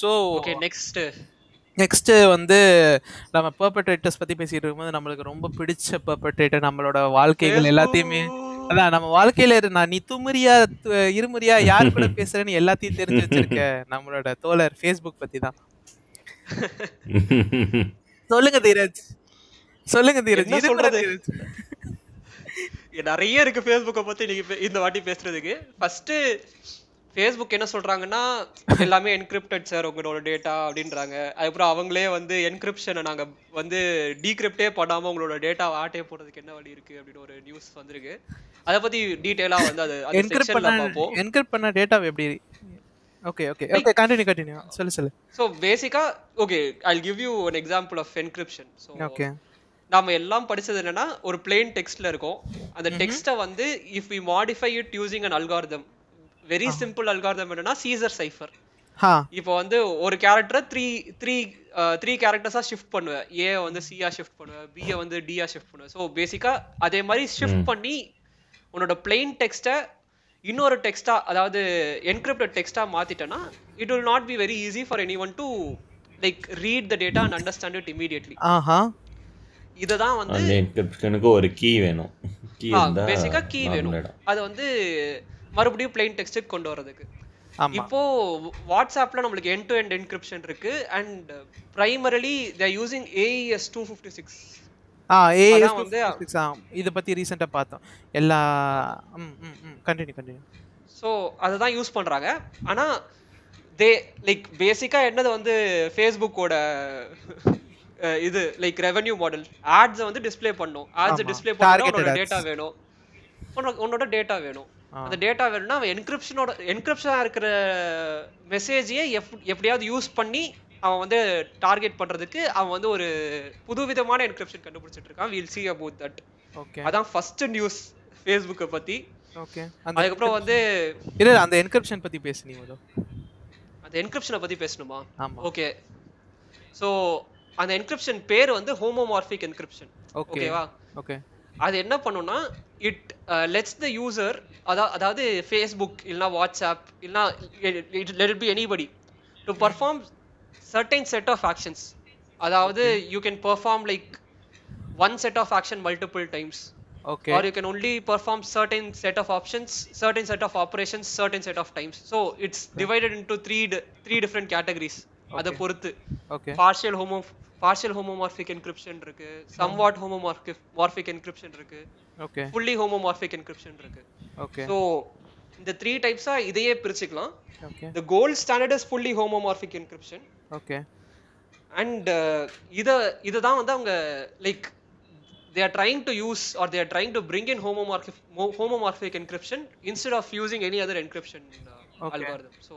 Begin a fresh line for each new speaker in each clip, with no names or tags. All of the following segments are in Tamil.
ஸோ
ஓகே நெக்ஸ்ட்
நெக்ஸ்ட்டு வந்து நம்ம பர்பட்ரேட்டர்ஸ் பற்றி பேசிகிட்டு இருக்கும்போது நம்மளுக்கு ரொம்ப பிடிச்ச பர்பட்ரேட்டர் நம்மளோட வாழ்க்கைகள் எல்லாத்தையுமே அதான் நம்ம வாழ்க்கையில இரு- நான் நீ துமுறியா து- இருமுறியா யார் கூட பேசுறேன்னு எல்லாத்தையும் தெரிஞ்சு வச்சிருக்க நம்மளோட தோழர் ஃபேஸ்புக் பத்தி தான் சொல்லுங்க தீரஜ் சொல்லுங்க தீரஜ்
என்ன
இதுக்கு தான்
சொல்றது?
தீரஜ்.
நிறைய இருக்கு ஃபேஸ்புக்கை பத்தி நீங்க பே- இந்த வாட்டி பேசுறதுக்கு ஃபர்ஸ்ட் ஃபேஸ்புக் என்ன சொல்றாங்கன்னா எல்லாமே என்கிரிப்டட் சார் உங்களோட டேட்டா அப்படின்றாங்க அதுக்கப்புறம் அவங்களே வந்து என்கிரிப்ஷனை நாங்க வந்து டீக்ரிப்டே பண்ணாம உங்களோட டேட்டா ஆட்டே போடுறதுக்கு என்ன வழி இருக்கு அப்படின்னு ஒரு நியூஸ் வந்திருக்கு அதை பத்தி டீட்டெயிலா வந்து அது அந்த
என்கிரிப்ட்
செக்ஷன்ல
பண்ண
பார்ப்போம்
என்கிரிப்ட் பண்ண டேட்டா எப்படி okay okay okay continue continue சொல்லு சொல்லு
ஸோ பேசிக்கா okay I give you one example of encryption so
okay
நாம எல்லாம் படிச்சது என்னன்னா ஒரு பிளெயின் டெக்ஸ்ட்ல இருக்கும் அந்த டெக்ஸ்ட்டை வந்து if we modify it using an algorithm very simple algorithm என்னன்னா சீசர் சைஃபர்
ஹா
இப்போ வந்து ஒரு கேரக்டரை த்ரீ த்ரீ த்ரீ கேரக்டர்ஸாக ஷிஃப்ட் பண்ணுவேன் ஏ வந்து சியா ஷிஃப்ட் பண்ணுவேன் பியை வந்து டியா ஷிஃப்ட் பண்ணுவேன் ஸோ பேசிக்காக அதே மாதிரி ஷிஃப்ட் பண்ணி உன்னோட பிளெயின் டெக்ஸ்ட்டை இன்னொரு டெக்ஸ்ட்டாக அதாவது என்கிரிப்டட் டெக்ஸ்ட்டாக மாற்றிட்டேன்னா it will not be very easy for any one to like read the data and understand it immediately
ஆஹா
இதை தான் வந்து
அந்த என்கிரிப்ஷனுக்கு ஒரு கீ வேணும் கீ இருந்தா
பேசிக்கா கீ வேணும்
normal இடம்.
அது வந்து மறுபடியும் பிளைன் டெக்ஸ்ட் கொண்டு வர்றதுக்கு
ஆமா
இப்போ வாட்ஸ்அப்ல நம்மளுக்கு எண்ட் டு எண்ட் என்கிரிப்ஷன் இருக்கு and primarily they're using AES two fifty six
ஆ ஏ
அதான் வந்து-
இதை பத்தி ரீசெண்டா பார்த்தோம் எல்லா ம் ம் ம் கண்டினியூ கண்டினியூ
ஸோ அதை தான் யூஸ் பண்றாங்க ஆனா தே லைக் பேசிக்கா என்னது வந்து ஃபேஸ்புக்கோட இது லைக் ரெவென்யூ மாடல் ஆட்ஸை வந்து டிஸ்ப்ளே பண்ணும் ஆட்ஸை
ஆமா.
டிஸ்ப்ளே பண்ணா
Targeted
உன்னோட
ads.
டேட்டா வேணும் உன்னோட- உன்னோட டேட்டா வேணும்
ஆ.
அந்த டேட்டா வேணும்னா அவன் என்கிரிப்ஷனோட என்கிரிப்ஷனாக இருக்கிற மெசேஜையே எப் எப்படியாவது யூஸ் பண்ணி அவன் வந்து டார்கெட் பண்றதுக்கு அவன் வந்து ஒரு புதுவிதமான என்கிரிப்ஷன் கண்டுபிடிச்சிட்டு இருக்கான் will see about that
okay
அதான் ஃபர்ஸ்ட் நியூஸ் ஃபேஸ்புக்கை பத்தி
ஓகே அந்த
அதுக்கப்புறம் வந்து
இல்ல இல்ல, அந்த என்கிரிப்ஷன் பத்தி பேசுனீங்க ஏதோ.
அந்த என்கிரிப்ஷனை பத்தி பேசணுமா
ஆமா
ஓகே சோ அந்த என்கிரிப்ஷன் பேர் வந்து ஹோமோமார்பிக் என்கிரிப்ஷன்
ஓகே
ஓகேவா
ஓகே
அது என்ன பண்ணும்னா uh, it let's the user அதா அதாவது ஃபேஸ்புக் இல்லனா வாட்ஸ்அப் இல்லனா it let be anybody to perform certain set of actions அதாவது you can perform like one set of action multiple times
okay
or you can only perform certain set of options certain set of operations certain set of times so it's divided into three di- three different categories அதை பொறுத்து
okay
partial homo partial homomorphic encryption இருக்கு சம்வாட் ஹோமோமார்பிக் மார்பிக் என்கிரிப்ஷன் இருக்கு
ஓகே
ஃபுல்லி ஹோமோமார்பிக் என்கிரிப்ஷன் இருக்கு
ஓகே
ஸோ இந்த த்ரீ டைப்ஸா இதையே பிரிச்சுக்கலாம்
okay
the gold standard is fully homomorphic encryption
okay
and uh, இத இதுதான் வந்து அவங்க like they are trying to use R they are trying to bring in homomorphic homomorphic encryption instead of using any other encryption
Okay.
Algorithm so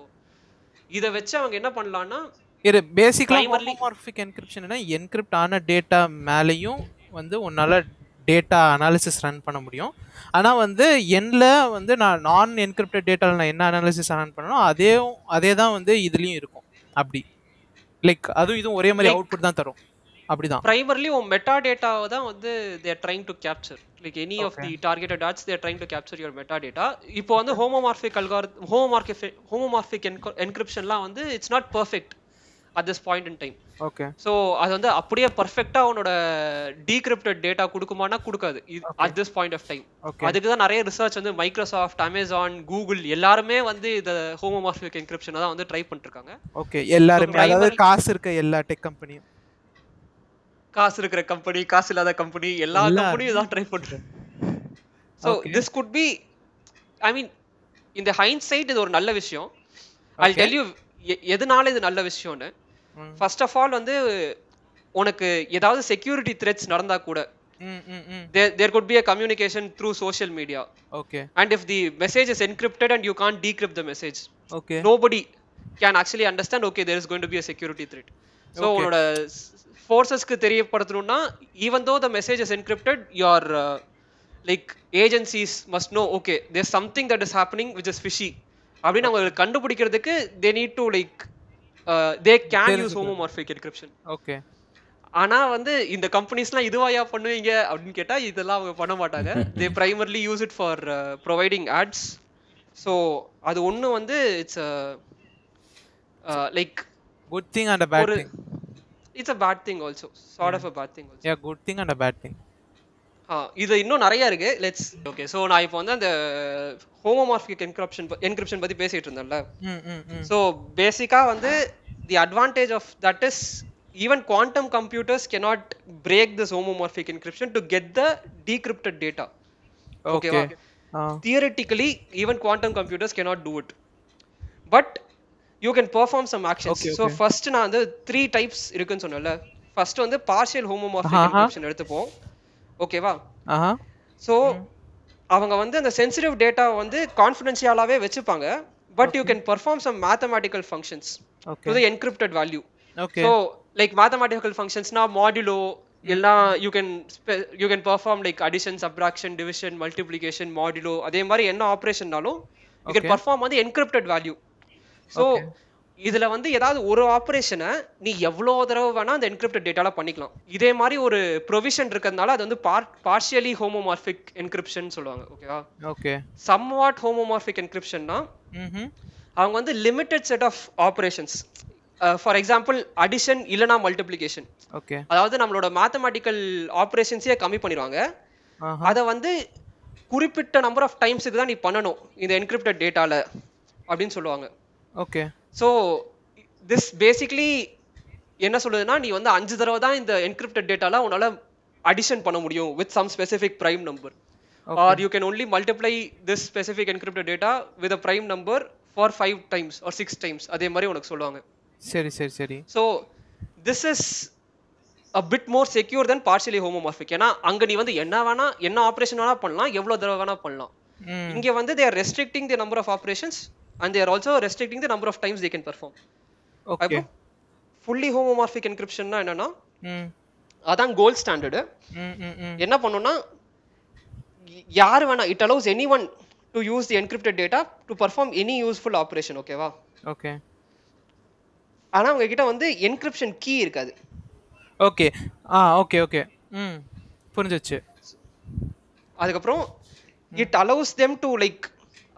இதை வச்சு அவங்க என்ன பண்ணலாம்னா
இது பேசிக்கலா
Primarily-
ஹோமோமார்பிக் என்கிரிப்ஷன்னா என்கிரிப்ட் ஆன டேட்டா மேலேயும் வந்து உன்னால டேட்டா அனாலிசிஸ் ரன் பண்ண முடியும் ஆனா வந்து எண்ல வந்து நான் நான் என்கிரிப்டட் டேட்டால நான் என்ன அனாலிசிஸ் ரன் பண்ணணும் அதே அதே தான் வந்து இதுலயும் இருக்கும் அப்படி லைக் அதுவும் இதுவும் ஒரே மாதிரி அவுட்புட் தான் தரும் அப்படிதான்
பிரைமர்லி உன் மெட்டா டேட்டாவை தான் வந்து they are trying to capture like any of the targeted ads they're trying to capture your meta data இப்போ வந்து ஹோமோமார்பிக் அல்கார் ஹோமோமார்பிக் ஹோமோமார்பிக் என்கிரிப்ஷன்லாம் வந்து it's not perfect at this point in time
okay
so அது வந்து அப்படியே பர்ஃபெக்டா உன்னோட டீக்ரிப்டட் டேட்டா கொடுக்குமானா கொடுக்காது at this point of time
Okay.
அதுக்கு தான் நிறைய ரிசர்ச் வந்து மைக்ரோசாஃப்ட் அமேசான் கூகுள் எல்லாருமே வந்து இந்த ஹோமோமார்பிக் என்கிரிப்ஷனை தான் வந்து ட்ரை பண்ணிருக்காங்க
ஓகே எல்லாருமே அதாவது
primarily-
காசு இருக்க எல்லா டெக் கம்பெனியும்
காசு இருக்கிற கம்பெனி காசு இல்லாத கம்பெனி எல்லா
எல்லா-
கம்பெனியும் தான் ட்ரை பண்றேன் so this good be I mean இந்த ஹைன்சைட் இது ஒரு நல்ல விஷயம் ஐ டெல் யூ எதனால இது நல்ல விஷயம்னு
ம்.
ஃபர்ஸ்ட் ஆஃப் ஆல் வந்து உனக்கு ஏதாவது செக்யூரிட்டி த்ரெட்ஸ் நடந்தா கூட
ம் ம் ம்
there there could be a communication through social media
okay
and if the message is encrypted and you can't decrypt the message
okay
nobody can actually understand okay there is going to be a security threat so உன்னோட ஃபோர்ஸஸ்க்கு தெரியப்படுத்தணும்னா even though the message is encrypted your like agencies must know okay there something that is happening which is fishy அப்படின்னு அவங்களுக்கு கண்டுபிடிக்கிறதுக்கு they need to like they can use homomorphic encryption
okay
ஆனா வந்து இந்த கம்பெனிஸ்லாம் இதுவாயா பண்ணுவீங்க அப்படின்னு கேட்டா இதெல்லாம் அவங்க பண்ண மாட்டாங்க they primarily use it for providing uh, ads so அது ஒன்று வந்து it's like
good thing and a bad
ஒரு
thing
it's a bad thing also sort of a bad thing also
yeah good thing and a bad thing
ah Uh, இது இன்னும் நிறைய இருக்கு லெட்ஸ் ஓகே ஸோ நான் இப்போ வந்து அந்த uh, ஹோமோமார்பிக் என்கிரிப்ஷன் என்கிரிப்ஷன் பத்தி பேசிட்டு இருந்தேன்ல
ம் ம் ம்
ஸோ பேசிக்காக வந்து the advantage of that is even quantum computers cannot break this homomorphic encryption to get the decrypted data
okay
ஓகேவா
ஆ
theoretically even quantum computers cannot do it but you can perform some actions so first நான் வந்து த்ரீ டைப்ஸ் இருக்குன்னு சொன்னேன்ல ஃபர்ஸ்ட் வந்து பார்ஷியல் ஹோமோமார்பிக் என்கிரிப்ஷன் எடுத்துப்போம் ஓகேவா
ஆஹா
ஸோ அவங்க வந்து அந்த சென்சிட்டிவ் டேட்டா வந்து கான்ஃபிடென்ஷியலாகவே வச்சுப்பாங்க but you can perform some mathematical functions
okay
to the encrypted value
okay
so like mathematical ஃபங்க்ஷன்ஸ்னா மாடுலோ எல்லாம் you can you can perform like addition subtraction division multiplication modulo அதே மாதிரி என்ன ஆப்ரேஷன்னாலும் யூ கேன் பர்ஃபார்ம் வந்து என்கிரிப்டட் வேல்யூ ஸோ இதுல வந்து ஏதாவது ஒரு ஆப்ரேஷனை நீ எவ்வளோ தடவை வேணா அந்த என்கிரிப்டட் டேட்டால பண்ணிக்கலாம் இதே மாதிரி ஒரு ப்ரொவிஷன் இருக்கிறதுனால அது வந்து பார்ட் பார்ஷியலி ஹோமோமார்பிக் என்கிரிப்ஷன் சொல்லுவாங்க ஓகேவா
ஓகே
சம்வாட் ஹோமோமார்பிக் என்கிரிப்ஷன்னா
ம்ஹும்
அவங்க வந்து limited set of operations for example addition இல்லனா மல்டிப்ளிகேஷன்
ஓகே
அதாவது நம்மளோட மேத்தமேட்டிக்கல் ஆப்ரேஷன்ஸே கம்மி பண்ணிடுவாங்க
ஆஹா
அதை வந்து குறிப்பிட்ட நம்பர் ஆஃப் டைம்ஸுக்கு தான் நீ பண்ணணும் இந்த என்கிரிப்டட் டேட்டால அப்படின்னு சொல்லுவாங்க
ஓகே
ஸோ திஸ் பேசிக்லி என்ன சொல்லுதுன்னா நீ வந்து அஞ்சு தடவை தான் இந்த என்கிரிப்டட் டேட்டால உன்னால அடிஷன் பண்ண முடியும் with some specific prime number or you can only multiply this specific encrypted data with a prime number for five times or six times அதே மாதிரி உனக்கு சொல்லுவாங்க
சரி சரி சரி
so this is a bit more secure than partially homomorphic ஏன்னா அங்க நீ வந்து என்ன வேணா என்ன ஆப்ரேஷன் வேணா பண்ணலாம் எவ்வளோ தடவை வேணா பண்ணலாம்
ம்
இங்க வந்து they are restricting the number of operations and they're also restricting the number of times they can perform
okay
fully homomorphic என்கிரிப்ஷன்னா என்னன்னா
ம்
அதான் கோல்ட் ஸ்டாண்டர்டு
ம் ம் ம்
என்ன பண்ணும்னா ய- யார் வேணா it allows any one to use the encrypted data to perform any useful operation ஓகேவா
ஓகே
ஆனா அவங்க கிட்ட வந்து என்கிரிப்ஷன் கீ இருக்காது
ஓகே ஆ ஓகே ஓகே ம் Mm. புரிஞ்சிச்சு
அதுக்கப்புறம் it allows them to like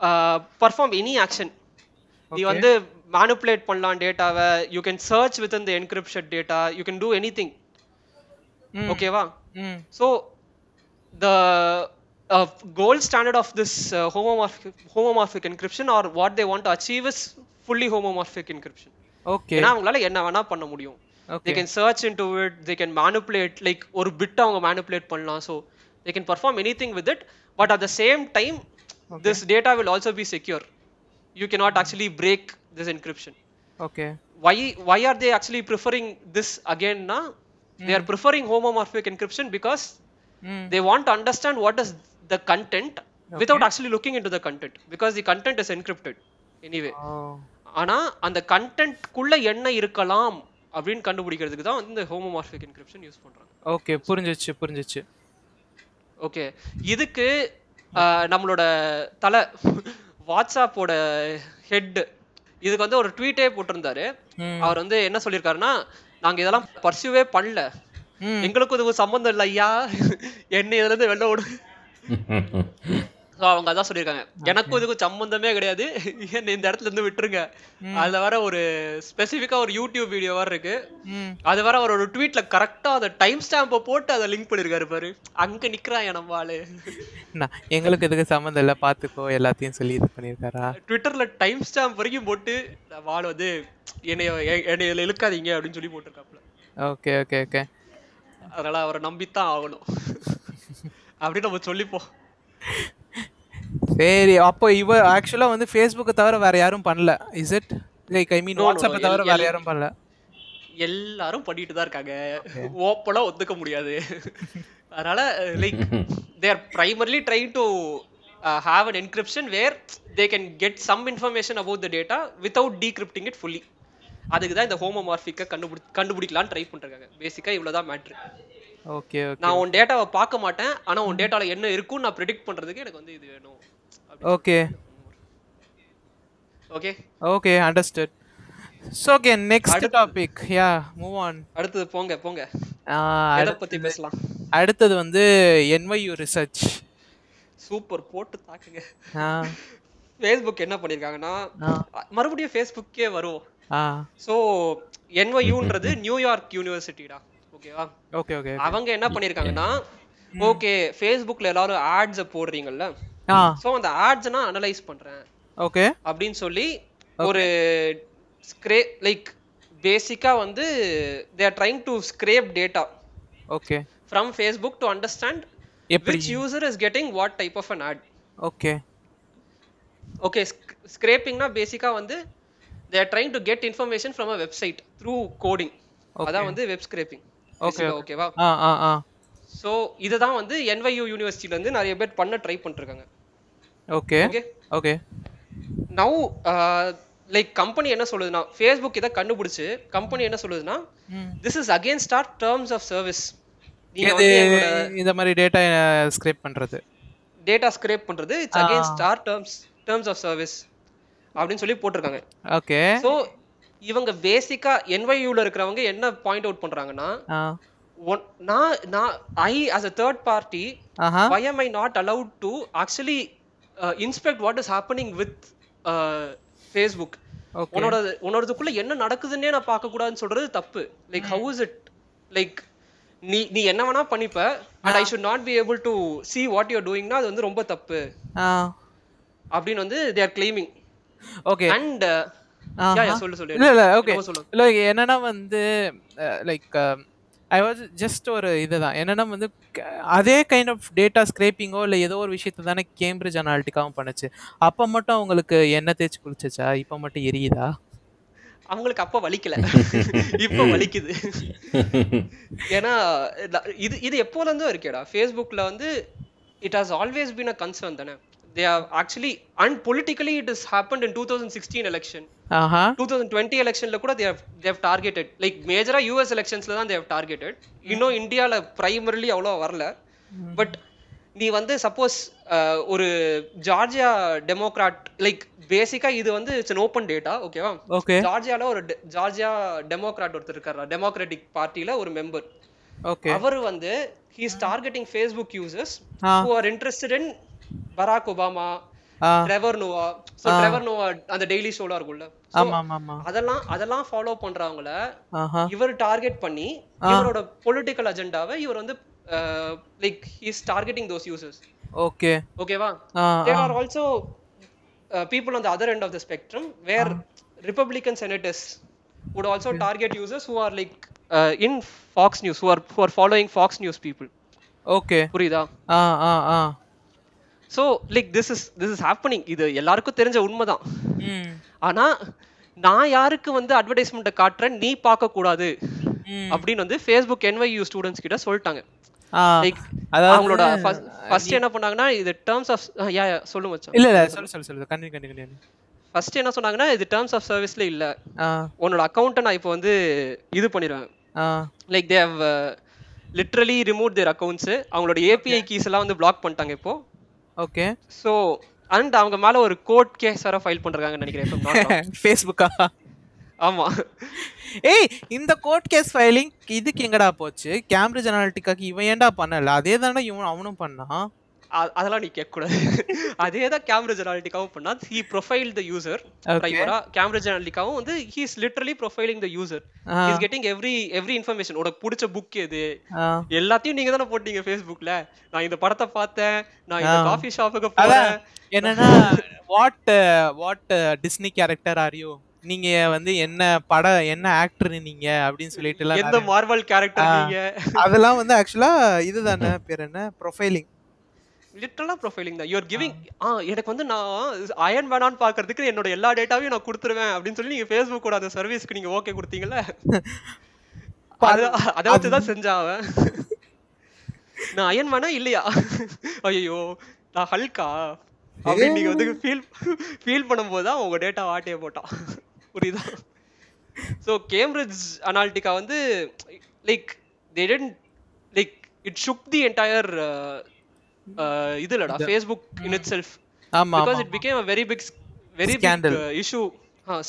uh, perform any action நீ வந்து மேனுப்புலேட் பண்ணலாம் டேட்டாவை யூ கேன் சர்ச் வித் இந்த encryption data you can do anything
ம்.
ஓகேவா
ம்
so the uh, gold standard of this homomorphic homomorphic encryption or what they want achieve is fully homomorphic encryption
okay
ஏன்னா அவங்களால என்ன வேணா பண்ண முடியும் they
okay
can search into it they can manipulate like ஒரு பிட் அவங்க மேனுப்புலேட் பண்ணலாம் so they can perform anything with it but at the same time this data will also be secure you can not actually break this encryption
okay
why why are they actually preferring this அகெயின்னா they are preferring homomorphic encryption because
ம்
they want to understand what is the content without actually looking into the content because the content is encrypted anyway
ஓ
ஆனா அந்த கண்டென்ட்குள்ள என்ன இருக்கலாம் அப்படின்னு கண்டுபிடிக்கிறதுக்கு தான் வந்து இந்த ஹோமோமார்பிக் என்கிரிப்ஷன் யூஸ் பண்றாங்க
ஓகே புரிஞ்சிச்சு புரிஞ்சிச்சு
ஓகே இதுக்கு ஆஹ், நம்மளோட தலை வாட்ஸ்அப்போட ஹெட் இதுக்கு வந்து ஒரு ட்வீட்டே போட்டிருந்தாரு
ம்.
அவர் வந்து என்ன சொல்லியிருக்காருன்னா நாங்க இதெல்லாம் பர்சியூவே பண்ணல
ம்.
எங்களுக்கும் இதுக்கு சம்மந்தம் இல்லை ஐயா என்ன இதுல இருந்து வெளில விடு ஸோ அவங்க அதான் சொல்லியிருக்காங்க எனக்கும் இதுக்கும் சம்மந்தமே கிடையாது என்ன இந்த இடத்துல இருந்து விட்டுருங்க அதுல வேற ஒரு ஸ்பெசிஃபிக்கா ஒரு யூடியூப் வீடியோ வேற இருக்கு
ம்
அது வேற அவரோட ட்வீட்ல கரெக்டா அந்த டைம் ஸ்டாம்பை போட்டு அதை லிங்க் பண்ணிருக்காரு பாரு அங்க நிக்கிறான் நம்ம ஆளு
நான் எங்களுக்கு இதுக்கு சம்மந்தம் இல்லை பார்த்துக்கோ எல்லாத்தையும் சொல்லி இது பண்ணியிருக்காரா
ட்விட்டர்ல டைம் ஸ்டாம்ப் வரைக்கும் போட்டு நான் வாழ வந்து என்னைய எ- என்னைய இதுல இழுக்காதீங்க அப்படின்னு சொல்லி போட்டிருக்காப்புல
ஓகே ஓகே ஓகே
அதனால அவரை நம்பித்தான் ஆகணும் அப்படின்னு நம்ம சொல்லிப்போம்
சரி அப்போ இவ ஆக்சுவலாக வந்து ஃபேஸ்புக்கை தவிர வேற யாரும் பண்ணல is it like I mean வாட்ஸ்அப்பை தவிர வேற யாரும் பண்ணல
எல்லாரும் பண்ணிட்டு தான் இருக்காங்க ஓப்பனா ஒத்துக்க முடியாது அதனால like they're primarily try to have an encryption where they can get some information about the data without decrypting it fully அதுக்கு தான் இந்த ஹோமோமார்பிக்கை கண்டுபிடி கண்டுபிடிக்கலாம்னு ட்ரை பண்ணிருக்காங்க பேசிக்காக இவ்வளோதான் மேட்ரு
ஓகே ஓகே
நான் உன் டேட்டாவை பார்க்க மாட்டேன் ஆனா உன் டேட்டால என்ன இருக்கும்னு நான் ப்ரிடிக்ட் பண்றதுக்கு எனக்கு வந்து இது வேணும்
okay
okay
okay understood so okay next topic yeah move on
அடுத்தது போங்க போங்க எதை பத்தி பேசலாம்
Uh, அடுத்தது வந்து என்வையூ ரிசர்ச்
சூப்பர் போட்டு தாக்குங்க
ஆ
ஃபேஸ்புக் என்ன பண்ணிருக்காங்கன்னா
ஆ.
மறுபடியும் ஃபேஸ்புக்கே வரும்
ஆ
ஸோ என்ஒயூன்றது நியூயார்க் யூனிவர்சிட்டிடா ஓகேவா
ஓகே ஓகே
அவங்க என்ன பண்ணிருக்காங்கன்னா ஓகே ஃபேஸ்புக்கில் எல்லாரும் ஆட்ஸை போடுறீங்கல்ல
ஆ
ஸோ அந்த ஆட்ஸை நான் அனலைஸ் பண்றேன்
ஓகே
அப்படின்னு சொல்லி ஒரு ஸ்க்ரே லைக் பேசிக்கா வந்து they are trying to scrape data
okay
from Facebook to understand
எப்படி
which user is getting what type of an ad
okay
okay ஸ்க்ரேப்பிங்னா பேசிக்கா வந்து they are trying to get information from a website through coding அதான் வந்து வெப் ஸ்க்ரேப்பிங் ஓகேவா
ஆ ஆ ஆ
ஸோ இதுதான் வந்து என்வையூ யூனிவர்சிட்டில இருந்து நிறைய பேர் பண்ண ட்ரை பண்ணிருக்காங்க
okay
Okay.
Okay
now like company uh, என்ன சொல்லுதுன்னா ஃபேஸ்புக் இதை கண்டுபிடிச்சு கம்பெனி என்ன சொல்லுதுன்னா
ம்.
This is against our terms of service நீங்க
இது
வந்து எங்களோட
Eh, இந்த மாதிரி டேட்டா ஸ்க்ரேப் பண்றது
டேட்டா ஸ்க்ரேப் பண்றது it's against our terms terms of service அப்படின்னு சொல்லி போட்டிருக்காங்க
ஓகே
ஸோ இவங்க பேசிக்கா என்வையூல இருக்கிறவங்க என்ன பாயிண்ட் அவுட் பண்றாங்கன்னா
ஆ
ஒன்- நான் நான் I as a third party
ஆஹா
why am i not allowed to actually uh, inspect what is happening with uh, facebook
Okay.
உன்னோட உன்னோடதுக்குள்ள என்ன நடக்குதுன்னே நான் பார்க்க கூடாதுன்னு சொல்றது தப்பு like how is it like நீ நீ என்ன வேணா பண்ணிப்ப and I should not be able to see what your டூயிங்னா அது வந்து ரொம்ப தப்பு
ஆ
அப்படின்னு வந்து they are claiming
okay
and
ஆஹா.
uh, சொல்லு சொல்லு
இல்ல இல்ல ஓகே
என்னமோ சொல்லு.
இல்ல என்னன்னா வந்து லைக் ஐ வாஸ் ஜஸ்ட் ஒரு இதுதான் என்னன்னா வந்து க- அதே கைண்ட் ஆஃப் டேட்டா ஸ்க்ரேப்பிங்கோ இல்லை ஏதோ ஒரு விஷயத்தை தானே கேம்பிரிட்ஜ் அனாலிட்டிக்காவும் பண்ணுச்சு அப்போ மட்டும் அவங்களுக்கு எண்ணெய் தேய்ச்சி குளிச்சுச்சா இப்போ மட்டும் எரியுதா
அவங்களுக்கு அப்ப வலிக்கல இப்ப வலிக்குது ஏன்னா ல- இது இது எப்போல இருந்தோ இருக்கேடா ஃபேஸ்புக்ல வந்து it has always been a concern தானே they have actually and politically it is happen in two thousand sixteen election
ஆஹா
டூ தௌசண்ட் டுவெண்ட்டி எலெக்ஷன்ல கூட தேவ் தேவ் டார்கெட்டட் லைக் மேஜரா யூஎஸ் எலெக்ஷன்ஸ்ல தான் தேவ் டார்கெட்டட் இன்னும் இந்தியால பிரைமரிலி அவ்வளோ வரல பட் நீ வந்து சப்போஸ் ஒரு ஜார்ஜியா டெமோக்ராட் லைக் பேசிக்கா இது வந்து இட்ஸ் an ஓப்பன் டேட்டா ஓகேவா
ஓகே
ஜார்ஜியால ஒரு டெ- ஜார்ஜியா டெமோக்ராட் ஒருத்தர் இருக்காரு டெமோக்ராட்டிக் பார்ட்டியில ஒரு மெம்பர்
ஓகே
அவர் வந்து he is targeting Facebook users
ஆ
who are interested in Barack Obama
ஆ
Trevor Noah so Trevor Noah அந்த டெய்லி ஷோலாம் இருக்கும்ல So,
ஆமா ஆமா ஆமா
அதெல்லாம் அதெல்லாம் ஃபாலோ பண்றவங்கள
ஆஹா
இவர் டார்கெட் பண்ணி இவரோட பொலிட்டிக்கல் அஜெண்டாவை இவர் வந்து like is targeting those users
okay
ஓகேவா
ஆ
there are also people on the other end of the spectrum where Republican senators would also target users who are like uh, in fox news who are who are following fox news people
okay
புரியுதா
ஆ ஆ ஆ
so like this is this is happening இது எல்லாருக்கும் தெரிஞ்ச உண்மைதான்
ம்
ஆனா நான் யாருக்கு வந்து அட்வர்டைஸ்மெண்ட்டை காட்டுறேன் நீ பார்க்கக்கூடாது
ம்.
அப்படின்னு வந்து ஃபேஸ்புக் என்வையூ ஸ்டூடெண்ட்ஸ் கிட்ட சொல்லிட்டாங்க
ஆ
லைக்
அதாவது
அவங்களோட ஃபர்ஸ்ட் என்ன பண்ணாங்கன்னா இது டேர்ம்ஸ் ஆஃப் யா சொல்லுங்க மச்சான்
இல்ல இல்ல சொல்லு சொல்லு சொல்லு கண்டினியூ கண்டினியூ கண்டினியூ
ஃபர்ஸ்ட் என்ன சொன்னாங்கன்னா இது டேர்ம்ஸ் ஆஃப் சர்வீஸ்ல இல்ல
ஆ
உன்னோட அக்கௌண்ட்டை நான் இப்போ வந்து இது பண்ணிடுவேன்
ஆ
like they have literally remove their accounts அவங்களோட ஏபிஐ கீஸ் எல்லாம் வந்து பிளாக் பண்ணிட்டாங்க இப்போ
ஓகே
ஸோ அண்ட் அவங்க மேல ஒரு கோர்ட் கேஸ் வேற ஃபைல் பண்றாங்கன்னு நினைக்கிறேன் if I'm not wrong.
ஃபேஸ்புக்கா
ஆமா
ஏய் இந்த கோர்ட் கேஸ் ஃபைலிங் இதுக்கு எங்கடா போச்சு கேம்பிரிட்ஜ் அனாலிட்டிக்காக்கு இவன் ஏன்டா பண்ணல அதே தானே இவன் அவனும் பண்ணான்
அ- அதெல்லாம் நீ கேட்கக்கூடாது அதே தான் கேம்பிரிட்ஜ் அனாலிட்டிக்காவும் பண்ணா ஹீ ப்ரொஃபைல் த யூசர் ப்ரைமரா கேம்பிரிட்ஜ் அனாலிட்டிக்காவும் வந்து he is literally profiling the user
ஆ.
Is getting every every information உனக்கு பிடிச்ச புக் எது
ஆ.
எல்லாத்தையும் நீங்க தானே போட்டீங்க ஃபேஸ்புக்ல நான் இந்த படத்தை பார்த்தேன் நான் இந்த காஃபி ஷாப்புக்கு
அதான்
போறேன்
என்னன்னா what what Disney character are you நீங்க வந்து என்ன படம் என்ன ஆக்டர் நீங்க அப்படின்னு சொல்லிட்டு எல்லாம்
எந்த மார்வல் கேரக்டர் நீங்க
நிறைய- அதெல்லாம் வந்து ஆக்சுவலா இதுதானே பேர் என்ன ப்ரொஃபைலிங்
லிட்டரலா ப்ரொஃபைலிங் தான் யூஆர் கிவிங் ஆ எனக்கு வந்து நான் அயன் மேனான்னு பாக்குறதுக்கு என்னோட எல்லா டேட்டாவையும் நான் கொடுத்துருவேன் அப்படின்னு சொல்லி நீங்க ஃபேஸ்புக்கோட அந்த சர்வீஸ்க்கு நீங்க ஓகே கொடுத்தீங்கல்ல அது அதை வச்சு தான் செஞ்சாவன் நான் அயன் மேனா இல்லையா ஐயோ நான் ஹல்கா அப்படின்னு நீங்க வந்து ஃபீல் ஃபீல் பண்ணும்போது தான் உங்க டேட்டா ஆட்டையை போட்டான் புரியுதா ஸோ கேம்பிரிட்ஜ் அனாலிட்டிகா வந்து like they tend like it shook the entire uh, இது இல்லடா ஃபேஸ்புக் இன் இட் செல்ஃப்
ஆமா
because it became a very big very
Scandal.
Big issue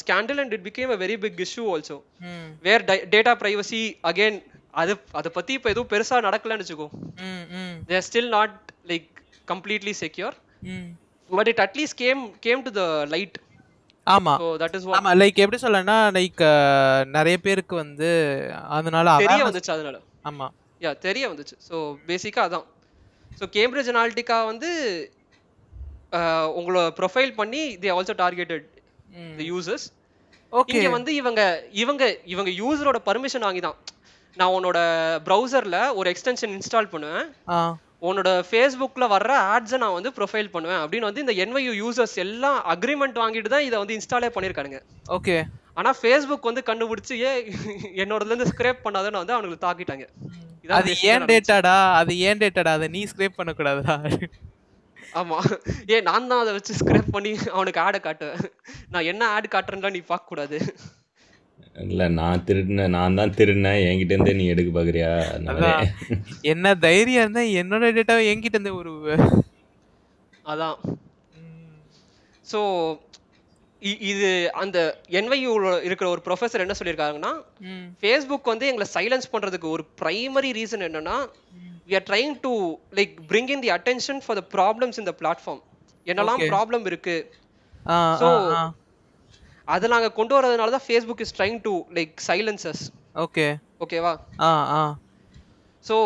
scandal and it became a very big issue also
ம்,
வேர் டேட்டா பிரைவசி அகைன் அது அதை பத்தி இப்போ எதுவும் பெருசா நடக்கலன்னு வச்சுக்கோ
ம், ம்,
they're still not like completely secure
ம்.
But it at least came came to the light
ஆமா
ஸோ தட் இஸ் வாட்
ஆமா லைக் எப்படி சொல்லனா லைக் நிறைய பேருக்கு வந்து அதனால
தெரிய
awareness-
வந்துச்சு அதனால
ஆமா
யா தெரிய வந்துச்சு ஸோ பேசிக்காக அதான் ஸோ கேம்பிரிட்ஜ் அனாலிட்டிகா வந்து ஆஹ், உங்களோட ப்ரொஃபைல் பண்ணி they also targeted the users
okay
இங்க வந்து இவங்க இவங்க இவங்க யூசரோட பர்மிஷன் வாங்கி தான் நான் உன்னோட ப்ரௌசரில் ஒரு எக்ஸ்டென்ஷன் இன்ஸ்டால் பண்ணுவேன்
ஆ
உன்னோட ஃபேஸ்புக்கில் வர்ற ஆட்ஸை நான் வந்து ப்ரொஃபைல் பண்ணுவேன் அப்படின்னு வந்து இந்த என்வையூ யூசர்ஸ் எல்லாம் அக்ரிமெண்ட் வாங்கிட்டு தான் இதை வந்து இன்ஸ்டாலே பண்ணியிருக்கானுங்க
ஓகே
ஆனால் ஃபேஸ்புக் வந்து கண்டுபிடிச்சி ஏ என்னோடதுலேருந்து ஸ்க்ரேப் பண்ணாதன்னு வந்து அவங்களுக்கு தாக்கிட்டாங்க இதான்
அது ஏன் டேட்டாடா அது ஏன் டேட்டாடா அதை நீ ஸ்க்ரேப் பண்ண கூடாதுடா
ஆமா ஏ நான் தான் அதை வச்சு ஸ்க்ரேப் பண்ணி அவனுக்கு ஆடை காட்டுவேன் நான் என்ன ஆடு காட்டுறேன்லாம் நீ பார்க்க கூடாது
இல்ல நான் திருடினேன் நான் தான் திருடினேன் என்கிட்ட இருந்து நீ எடுக்க பாக்குறியா அதனால
அதான் என்ன தைரியம் இருந்தா என்னோட டேட்டாவை என்கிட்ட இருந்து ஒரு
அதான் ஸோ இது அந்த என்வையூ இருக்கிற ஒரு ப்ரொஃபஸர் என்ன சொல்லியிருக்காருங்கன்னா
ம்.
ஃபேஸ்புக் வந்து எங்களை சைலன்ஸ் பண்றதுக்கு ஒரு பிரைமரி ரீசன் என்னன்னா we are trying to like bring in the attention for the problems இந்த பிளாட்ஃபார்ம் என்னெல்லாம் ப்ராப்ளம் இருக்கு
ஆ
So,
ஆ
அதை நாங்க கொண்டு வரதுனால தான் Facebook is trying to like silences
okay
ஓகேவா
ஆ ஆ
ஸோ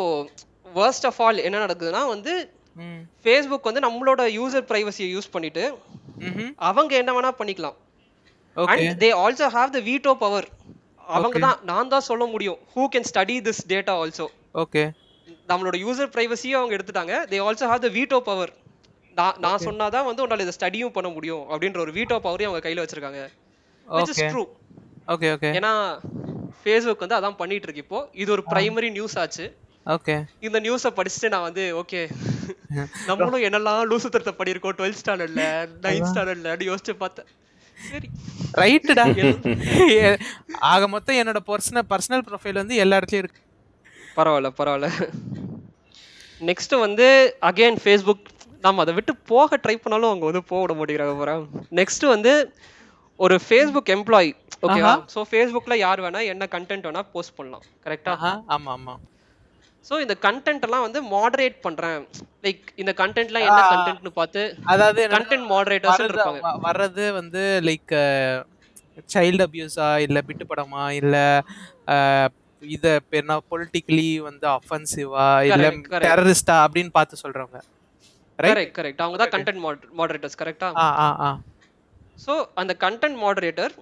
worst ஆஃப் ஆல் என்ன நடக்குதுன்னா வந்து
ம்
ஃபேஸ்புக் வந்து நம்மளோட யூசர் ப்ரைவசியை யூஸ் பண்ணிட்டு
ம்ஹும்.
அவங்க என்ன வேணா பண்ணிக்கலாம்
okay
and they also have the veto power அவங்க தான் நான் தான் சொல்ல முடியும் who can study this data also
okay
நம்மளோட யூசர் ப்ரைவசியும் அவங்க எடுத்துட்டாங்க they also have the veto power நான் நான் சொன்னாதான் வந்து உன்னால இதை ஸ்டடியும் பண்ண முடியும் அப்படின்ற ஒரு வீட்டோ பவரையும் அவங்க கையில வச்சிருக்காங்க which is
Okay.
true
okay okay
ஏன்னா ஃபேஸ்புக் வந்து அதான் பண்ணிட்டு இருக்கு இப்போ இது ஒரு பிரைமரி நியூஸ் ஆச்சு
ஓகே
இந்த நியூஸை படிச்சுட்டு நான் வந்து ஓகே நம்மளும் என்னெல்லாம் லூசுத்திரத்தை படியிருக்கோம் டுவெல்த் ஸ்டாண்டர்ட்ல நைன்த் ஸ்டாண்டர்ட்லன்னு யோசிச்சு பார்த்தேன் சரி
ரைட்டுடா ஆக மொத்தம் என்னோட பர்சனல் பர்சனல் ப்ரொஃபைல் வந்து எல்லா இடத்துலயும் இருக்கு
பரவாயில்ல பரவாயில்ல நெக்ஸ்ட் வந்து அகைன் ஃபேஸ்புக் நம்ம அதை விட்டு போக ட்ரை பண்ணாலும் அவங்க வந்து போக விட மாட்டேங்கிறாங்க போகிறேன் நெக்ஸ்ட் வந்து ஒரு ஃபேஸ்புக் எம்ப்ளாயி ஓகேவா ஸோ ஃபேஸ்புக்கில் யார் வேணா என்ன கண்டென்ட் வேணா போஸ்ட் பண்ணலாம் கரெக்டா
ஆஹா ஆமா ஆமா
ஸோ இந்த கண்டென்ட் எல்லாம் வந்து மாடரேட் பண்றேன் லைக் இந்த கண்டென்ட்லாம் என்ன கண்டென்ட்னு பார்த்து
அதாவது என்னன்னா,
கண்டென்ட் மாடரேட்டர்ஸ்
வர்றது
இருப்பாங்க
வ- வர்றது வந்து லைக் சைல்டு அபியூஸா இல்ல பிட்டு படமா இல்ல அஹ், இத என்ன பொலிட்டிக்கலி வந்து அஃபென்சிவா இல்ல
Correct, correct.
டெரரிஸ்டா அப்படின்னு பார்த்து சொல்றவங்க ரைட்
கரெக்ட் கரெக்ட் அவங்க தான் கண்டென்ட் மாடரேட்டர்ஸ் கரெக்டா
ஆ ஆ ஆ
ஸோ அந்த கண்டென்ட் மாடரேட்டர்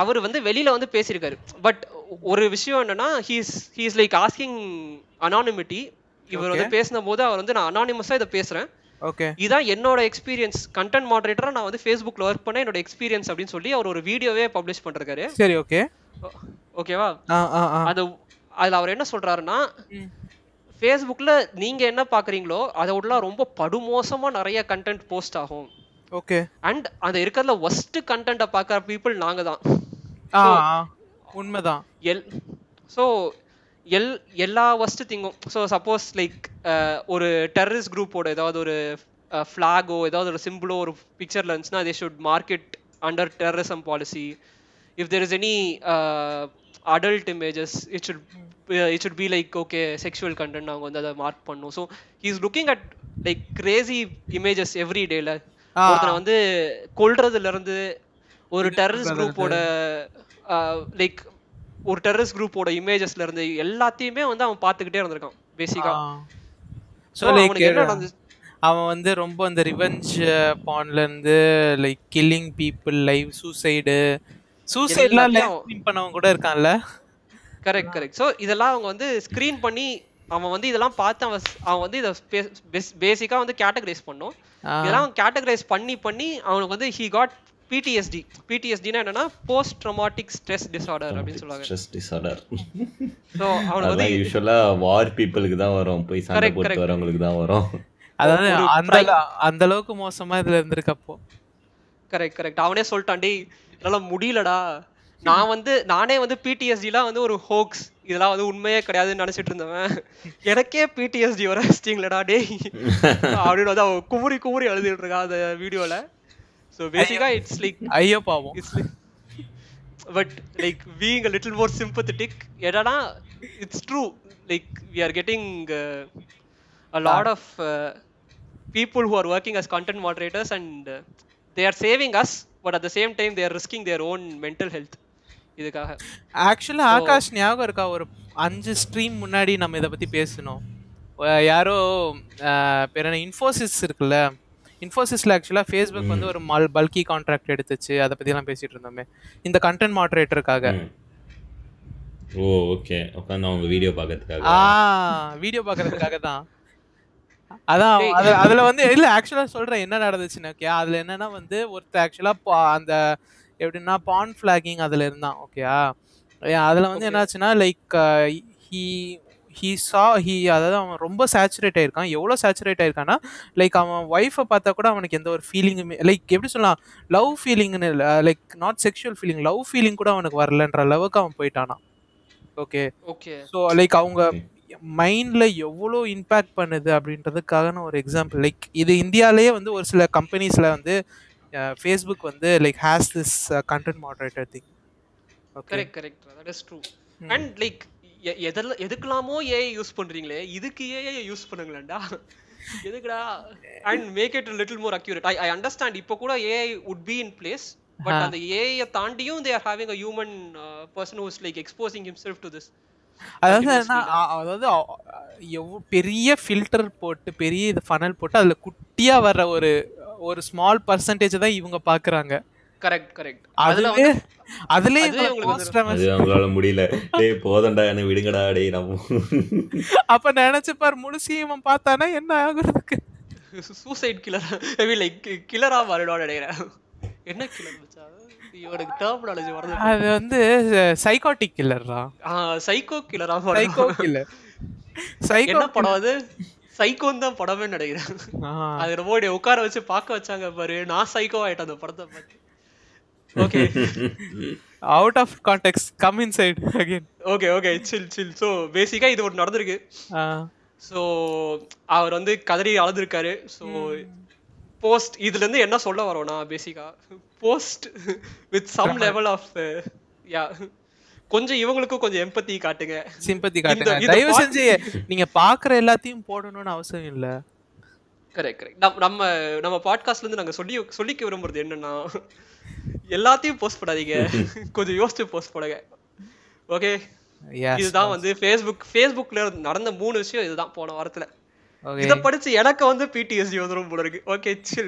அவர் வந்து வெளியில வந்து பேசியிருக்காரு பட் ஒரு விஷயம் என்னன்னா he's he's like asking anonymity இவர் வந்து பேசின போது அவர் வந்து நான் அனானிமஸாக இதை பேசுறேன்
ஓகே
இதான் என்னோட எக்ஸ்பீரியன்ஸ் கண்டென்ட் மாடரேட்டரா நான் வந்து ஃபேஸ்புக்கில் ஒர்க் பண்ணேன் என்னோட எக்ஸ்பீரியன்ஸ் அப்படின்னு சொல்லி அவர் ஒரு வீடியோவே பப்ளிஷ் பண்ணிருக்காரு
சரி ஓகே
ஓகேவா
ஆ ஆ ஆ
அது அதுல அவர் என்ன சொல்றாருன்னா
ம்.
ஃபேஸ்புக்கில் நீங்க என்ன பாக்குறீங்களோ அதை விட ரொம்ப படுமோசமா நிறைய கண்டென்ட் போஸ்ட் ஆகும்
ஓகே
அண்ட் அந்த இருக்கிறதுல ஒஸ்ட் கண்டென்ட்டை பார்க்குற பீப்புள் நாங்க தான்
ஆ ஆ. உண்மைதான்
எல் ஸோ எல் எல்லா ஒஸ்ட் திங்கும் ஸோ சப்போஸ் லைக் ஒரு டெரரிஸ்ட் குரூப்போட ஏதாவது ஒரு ஃப்ளாகோ ஏதாவது ஒரு சிம்பிளோ ஒரு பிக்சரில் இருந்துச்சுன்னா they should market under terrorism policy if there is any adult images it should it should be like okay sexual content அவங்க வந்து அதை மார்க் பண்ணும் so is looking at like crazy images every டேல
ஆ.
ஒருத்தனை வந்து கொல்றதுல இருந்து ஒரு டெரரிஸ்ட் குரூப்போட லைக் ஒரு டெரரிஸ்ட் குரூப்போட இமேஜஸ்ல இருந்து எல்லாத்தையுமே வந்து அவன் பார்த்துக்கிட்டே இருந்திருக்கான் பேசிக்கா
ஸோ
So,
லைக்
அவனுக்கு என்ன நடந்துச்சு
அவன் வந்து ரொம்ப அந்த ரிவெஞ்ச் பான்லேருந்து like killing people live suicide சூசைட்லாம் லைவ் ஸ்ட்ரீம் பண்ணவன் கூட இருக்கான்ல
கரெக்ட் கரெக்ட் ஸோ இதெல்லாம் அவங்க வந்து ஸ்க்ரீன் பண்ணி அவன் வந்து இதெல்லாம் பார்த்து அவன் ஸ்- அவன் வந்து இதை பேசிக்கா வந்து கேட்டகரைஸ் பண்ணும்
ஆ.
இதெல்லாம் அவன் கேட்டகரைஸ் பண்ணி பண்ணி அவனுக்கு வந்து ஹி காட் பிடிஎஸ்டி பிடிஎஸ்டினா என்னன்னா போஸ்ட் ட்ரமாட்டிக் ஸ்ட்ரெஸ் டிசார்டர் அப்படின்னு சொல்லுவாங்க
ஸ்ட்ரெஸ் டிசார்டர்
ஸோ அவனுக்கு வந்து
அதெல்லாம் யூஸ்வலா வார் பீப்புளுக்கு தான் வரும் போய் சண்டை
Correct,
போட்டு வரவங்களுக்கு தான் வரும்
அதாவது அந்த அள- அந்த அளவுக்கு மோசமா இதுல இருந்திருக்கப்போ
கரெக்ட் கரெக்ட் அவனே சொல்லிட்டான் டேய் என்னால முடியலடா நான் வந்து நானே வந்து பிடிஎஸ்டிலாம் வந்து ஒரு ஹோக்ஸ் இதெல்லாம் வந்து உண்மையே கிடையாதுன்னு நினைச்சிட்டு இருந்தவன் எனக்கே பிடிஎஸ்டி வர வச்சிட்டிங்களடா டேய் அப்படின்னு வந்து அவன் குமுறி குமுறி அழுதுட்டு இருக்கான் அந்த வீடியோல ஸோ பேசிக்கா இட்ஸ் லைக்
ஐயோ பாவம்
it's like but like being a little more sympathetic என்னன்னா it's true like we are getting a lot of uh, people who are working as content moderators and they are saving us but at the same time there risking their own mental health இதுக்காக
ஆக்சுவலா ஆகாஷ் ஞாபகம் இருக்கா ஒரு அஞ்சு ஸ்ட்ரீம் முன்னாடி நம்ம இதை பத்தி பேசணும் அஹ் யாரோ அஹ் பேர் என்ன இன்ஃபோசிஸ் இருக்குல்ல இன்ஃபோசிஸ்ல ஆக்சுவலா ஃபேஸ்புக் வந்து ஒரு மல் பல்கி கான்ட்ராக்ட் எடுத்துச்சு அதை பத்தி எல்லாம் பேசிட்டு இருந்தோமே இந்த கண்டென்ட் மாடரேட்டருக்காக
ஓ ஓகே உட்காந்து அவங்க வீடியோ பார்க்கறதுக்காக
ஆ வீடியோ பார்க்கறதுக்காக தான் அதான் அது- அதுல வந்து இல்ல ஆக்சுவலா சொல்றேன் என்ன நடந்துச்சுன்னு ஓகே அதுல என்னன்னா வந்து ஒருத்தர் ஆக்சுவலா அந்த எப்படின்னா பான் ஃபிளாகிங் அதுல இருந்தான் ஓகேயா அதுல வந்து என்னாச்சுன்னா like he he saw he அதாவது அவன் ரொம்ப சேச்சுரேட் ஆயிருக்கான் எவ்வளோ சேச்சுரேட் ஆயிருக்கான்னா லைக் அவன் ஒய்ஃபை பார்த்தா கூட அவனுக்கு எந்த ஒரு ஃபீலிங்குமே லைக் எப்படி சொல்லலாம் லவ் ஃபீலிங்னு இல்லை like not sexual feeling love feeling கூட அவனுக்கு வரலன்ற அளவுக்கு அவன் போயிட்டானான் ஓகே
ஓகே
ஸோ லைக் அவங்க மைண்டில் எவ்வளோ இம்பேக்ட் பண்ணுது அப்படின்றதுக்காக நான் ஒரு எக்ஸாம்பிள் லைக் இது இந்தியாவிலேயே வந்து ஒரு சில கம்பெனிஸில் வந்து ஃபேஸ்புக் வந்து like has this content moderator thing okay
correct correct that is true and like எதெல்லாம் எதுக்கெல்லாமோ ஏ யூஸ் பண்றீங்களே இதுக்கு ஏ யூஸ் பண்ணுங்களேன்டா எதுக்குடா and make it little more accurate I I understand இப்போ கூட AI would be in place but அந்த ஏஐ தாண்டியும் they are having a human person who's like exposing himself to this
அதாவது என்ன அ- அதாவது அ- எவ்வ- பெரிய ஃபில்டர் போட்டு பெரிய இது ஃபனல் போட்டு அதில் குட்டியாக வர்ற ஒரு ஒரு ஸ்மால் பர்சன்டேஜ் தான் இவங்க பார்க்குறாங்க
கரெக்ட் கரெக்ட் அதுல
அதுவே
வந்து
அதுலயே
அதுவே
இவங்க
உங்களுக்கு
most famous.
அது அவங்களால முடியல டேய் போதண்டா என்ன விடுங்கடா டேய் நம்ம
அப்ப நினைச்சு பாரு முழுசியவன் பார்த்தானா என்ன ஆகுறதுக்கு
suicide killer I mean like கில்லரா மாறிடும் நினைக்கிறேன் என்ன கில்லர் மச்சா இவனுக்கு டேர்ம் நாலேஜ் வரது
அது வந்து சைக்காட்டிக் கில்லர்ரா
சைக்கோ கில்லரா மாறிடும்
சைக்கோ கில்லர் சைக்கோ
என்ன படம் அது சைக்கோன்னு தான் படமே நினைக்கிறேன் அது ரொம்ப என்னை உட்கார வச்சு பார்க்க வச்சாங்க பாரு நான் சைக்கோ ஆயிட்டேன் அந்த படத்தை பார்த்து okay
out of context come inside again
okay okay chill chill so பேசிக்கா இது ஒரு நடந்திருக்கு ஸோ அவர் வந்து கதறி அழுதுருக்காரு ஸோ போஸ்ட் இதுல இருந்து என்ன சொல்ல வரோம்னா பேசிக்கா post with some level of யா கொஞ்சம் இவங்களுக்கும் கொஞ்சம் எம்பத்தி காட்டுங்க
சிம்பத்தி
இந்த-
காட்டுங்க
இந்த
தயவு
part-
செஞ்சு நீங்க பாக்குற எல்லாத்தையும் போடணும்னு அவசியம் இல்ல
கரெக்ட் கரெக்ட் நம்ம நம்ம நம்ம பாட்காஸ்ட்ல இருந்து நாங்க சொல்லி சொல்லிக்க விரும்புறது என்னன்னா எல்லாத்தையும் போஸ்ட் பண்ணாதீங்க கொஞ்சம் யோசிச்சு போஸ்ட் பண்ணுங்க ஓகே
எஸ்
இதுதான் வந்து ஃபேஸ்புக் ஃபேஸ்புக்ல நடந்த மூணு விஷயம் இதுதான் போன வாரத்துல
ஓகே
இத படிச்சு எனக்கு வந்து பிடிஎஸ்டி வந்துரும் போல இருக்கு ஓகே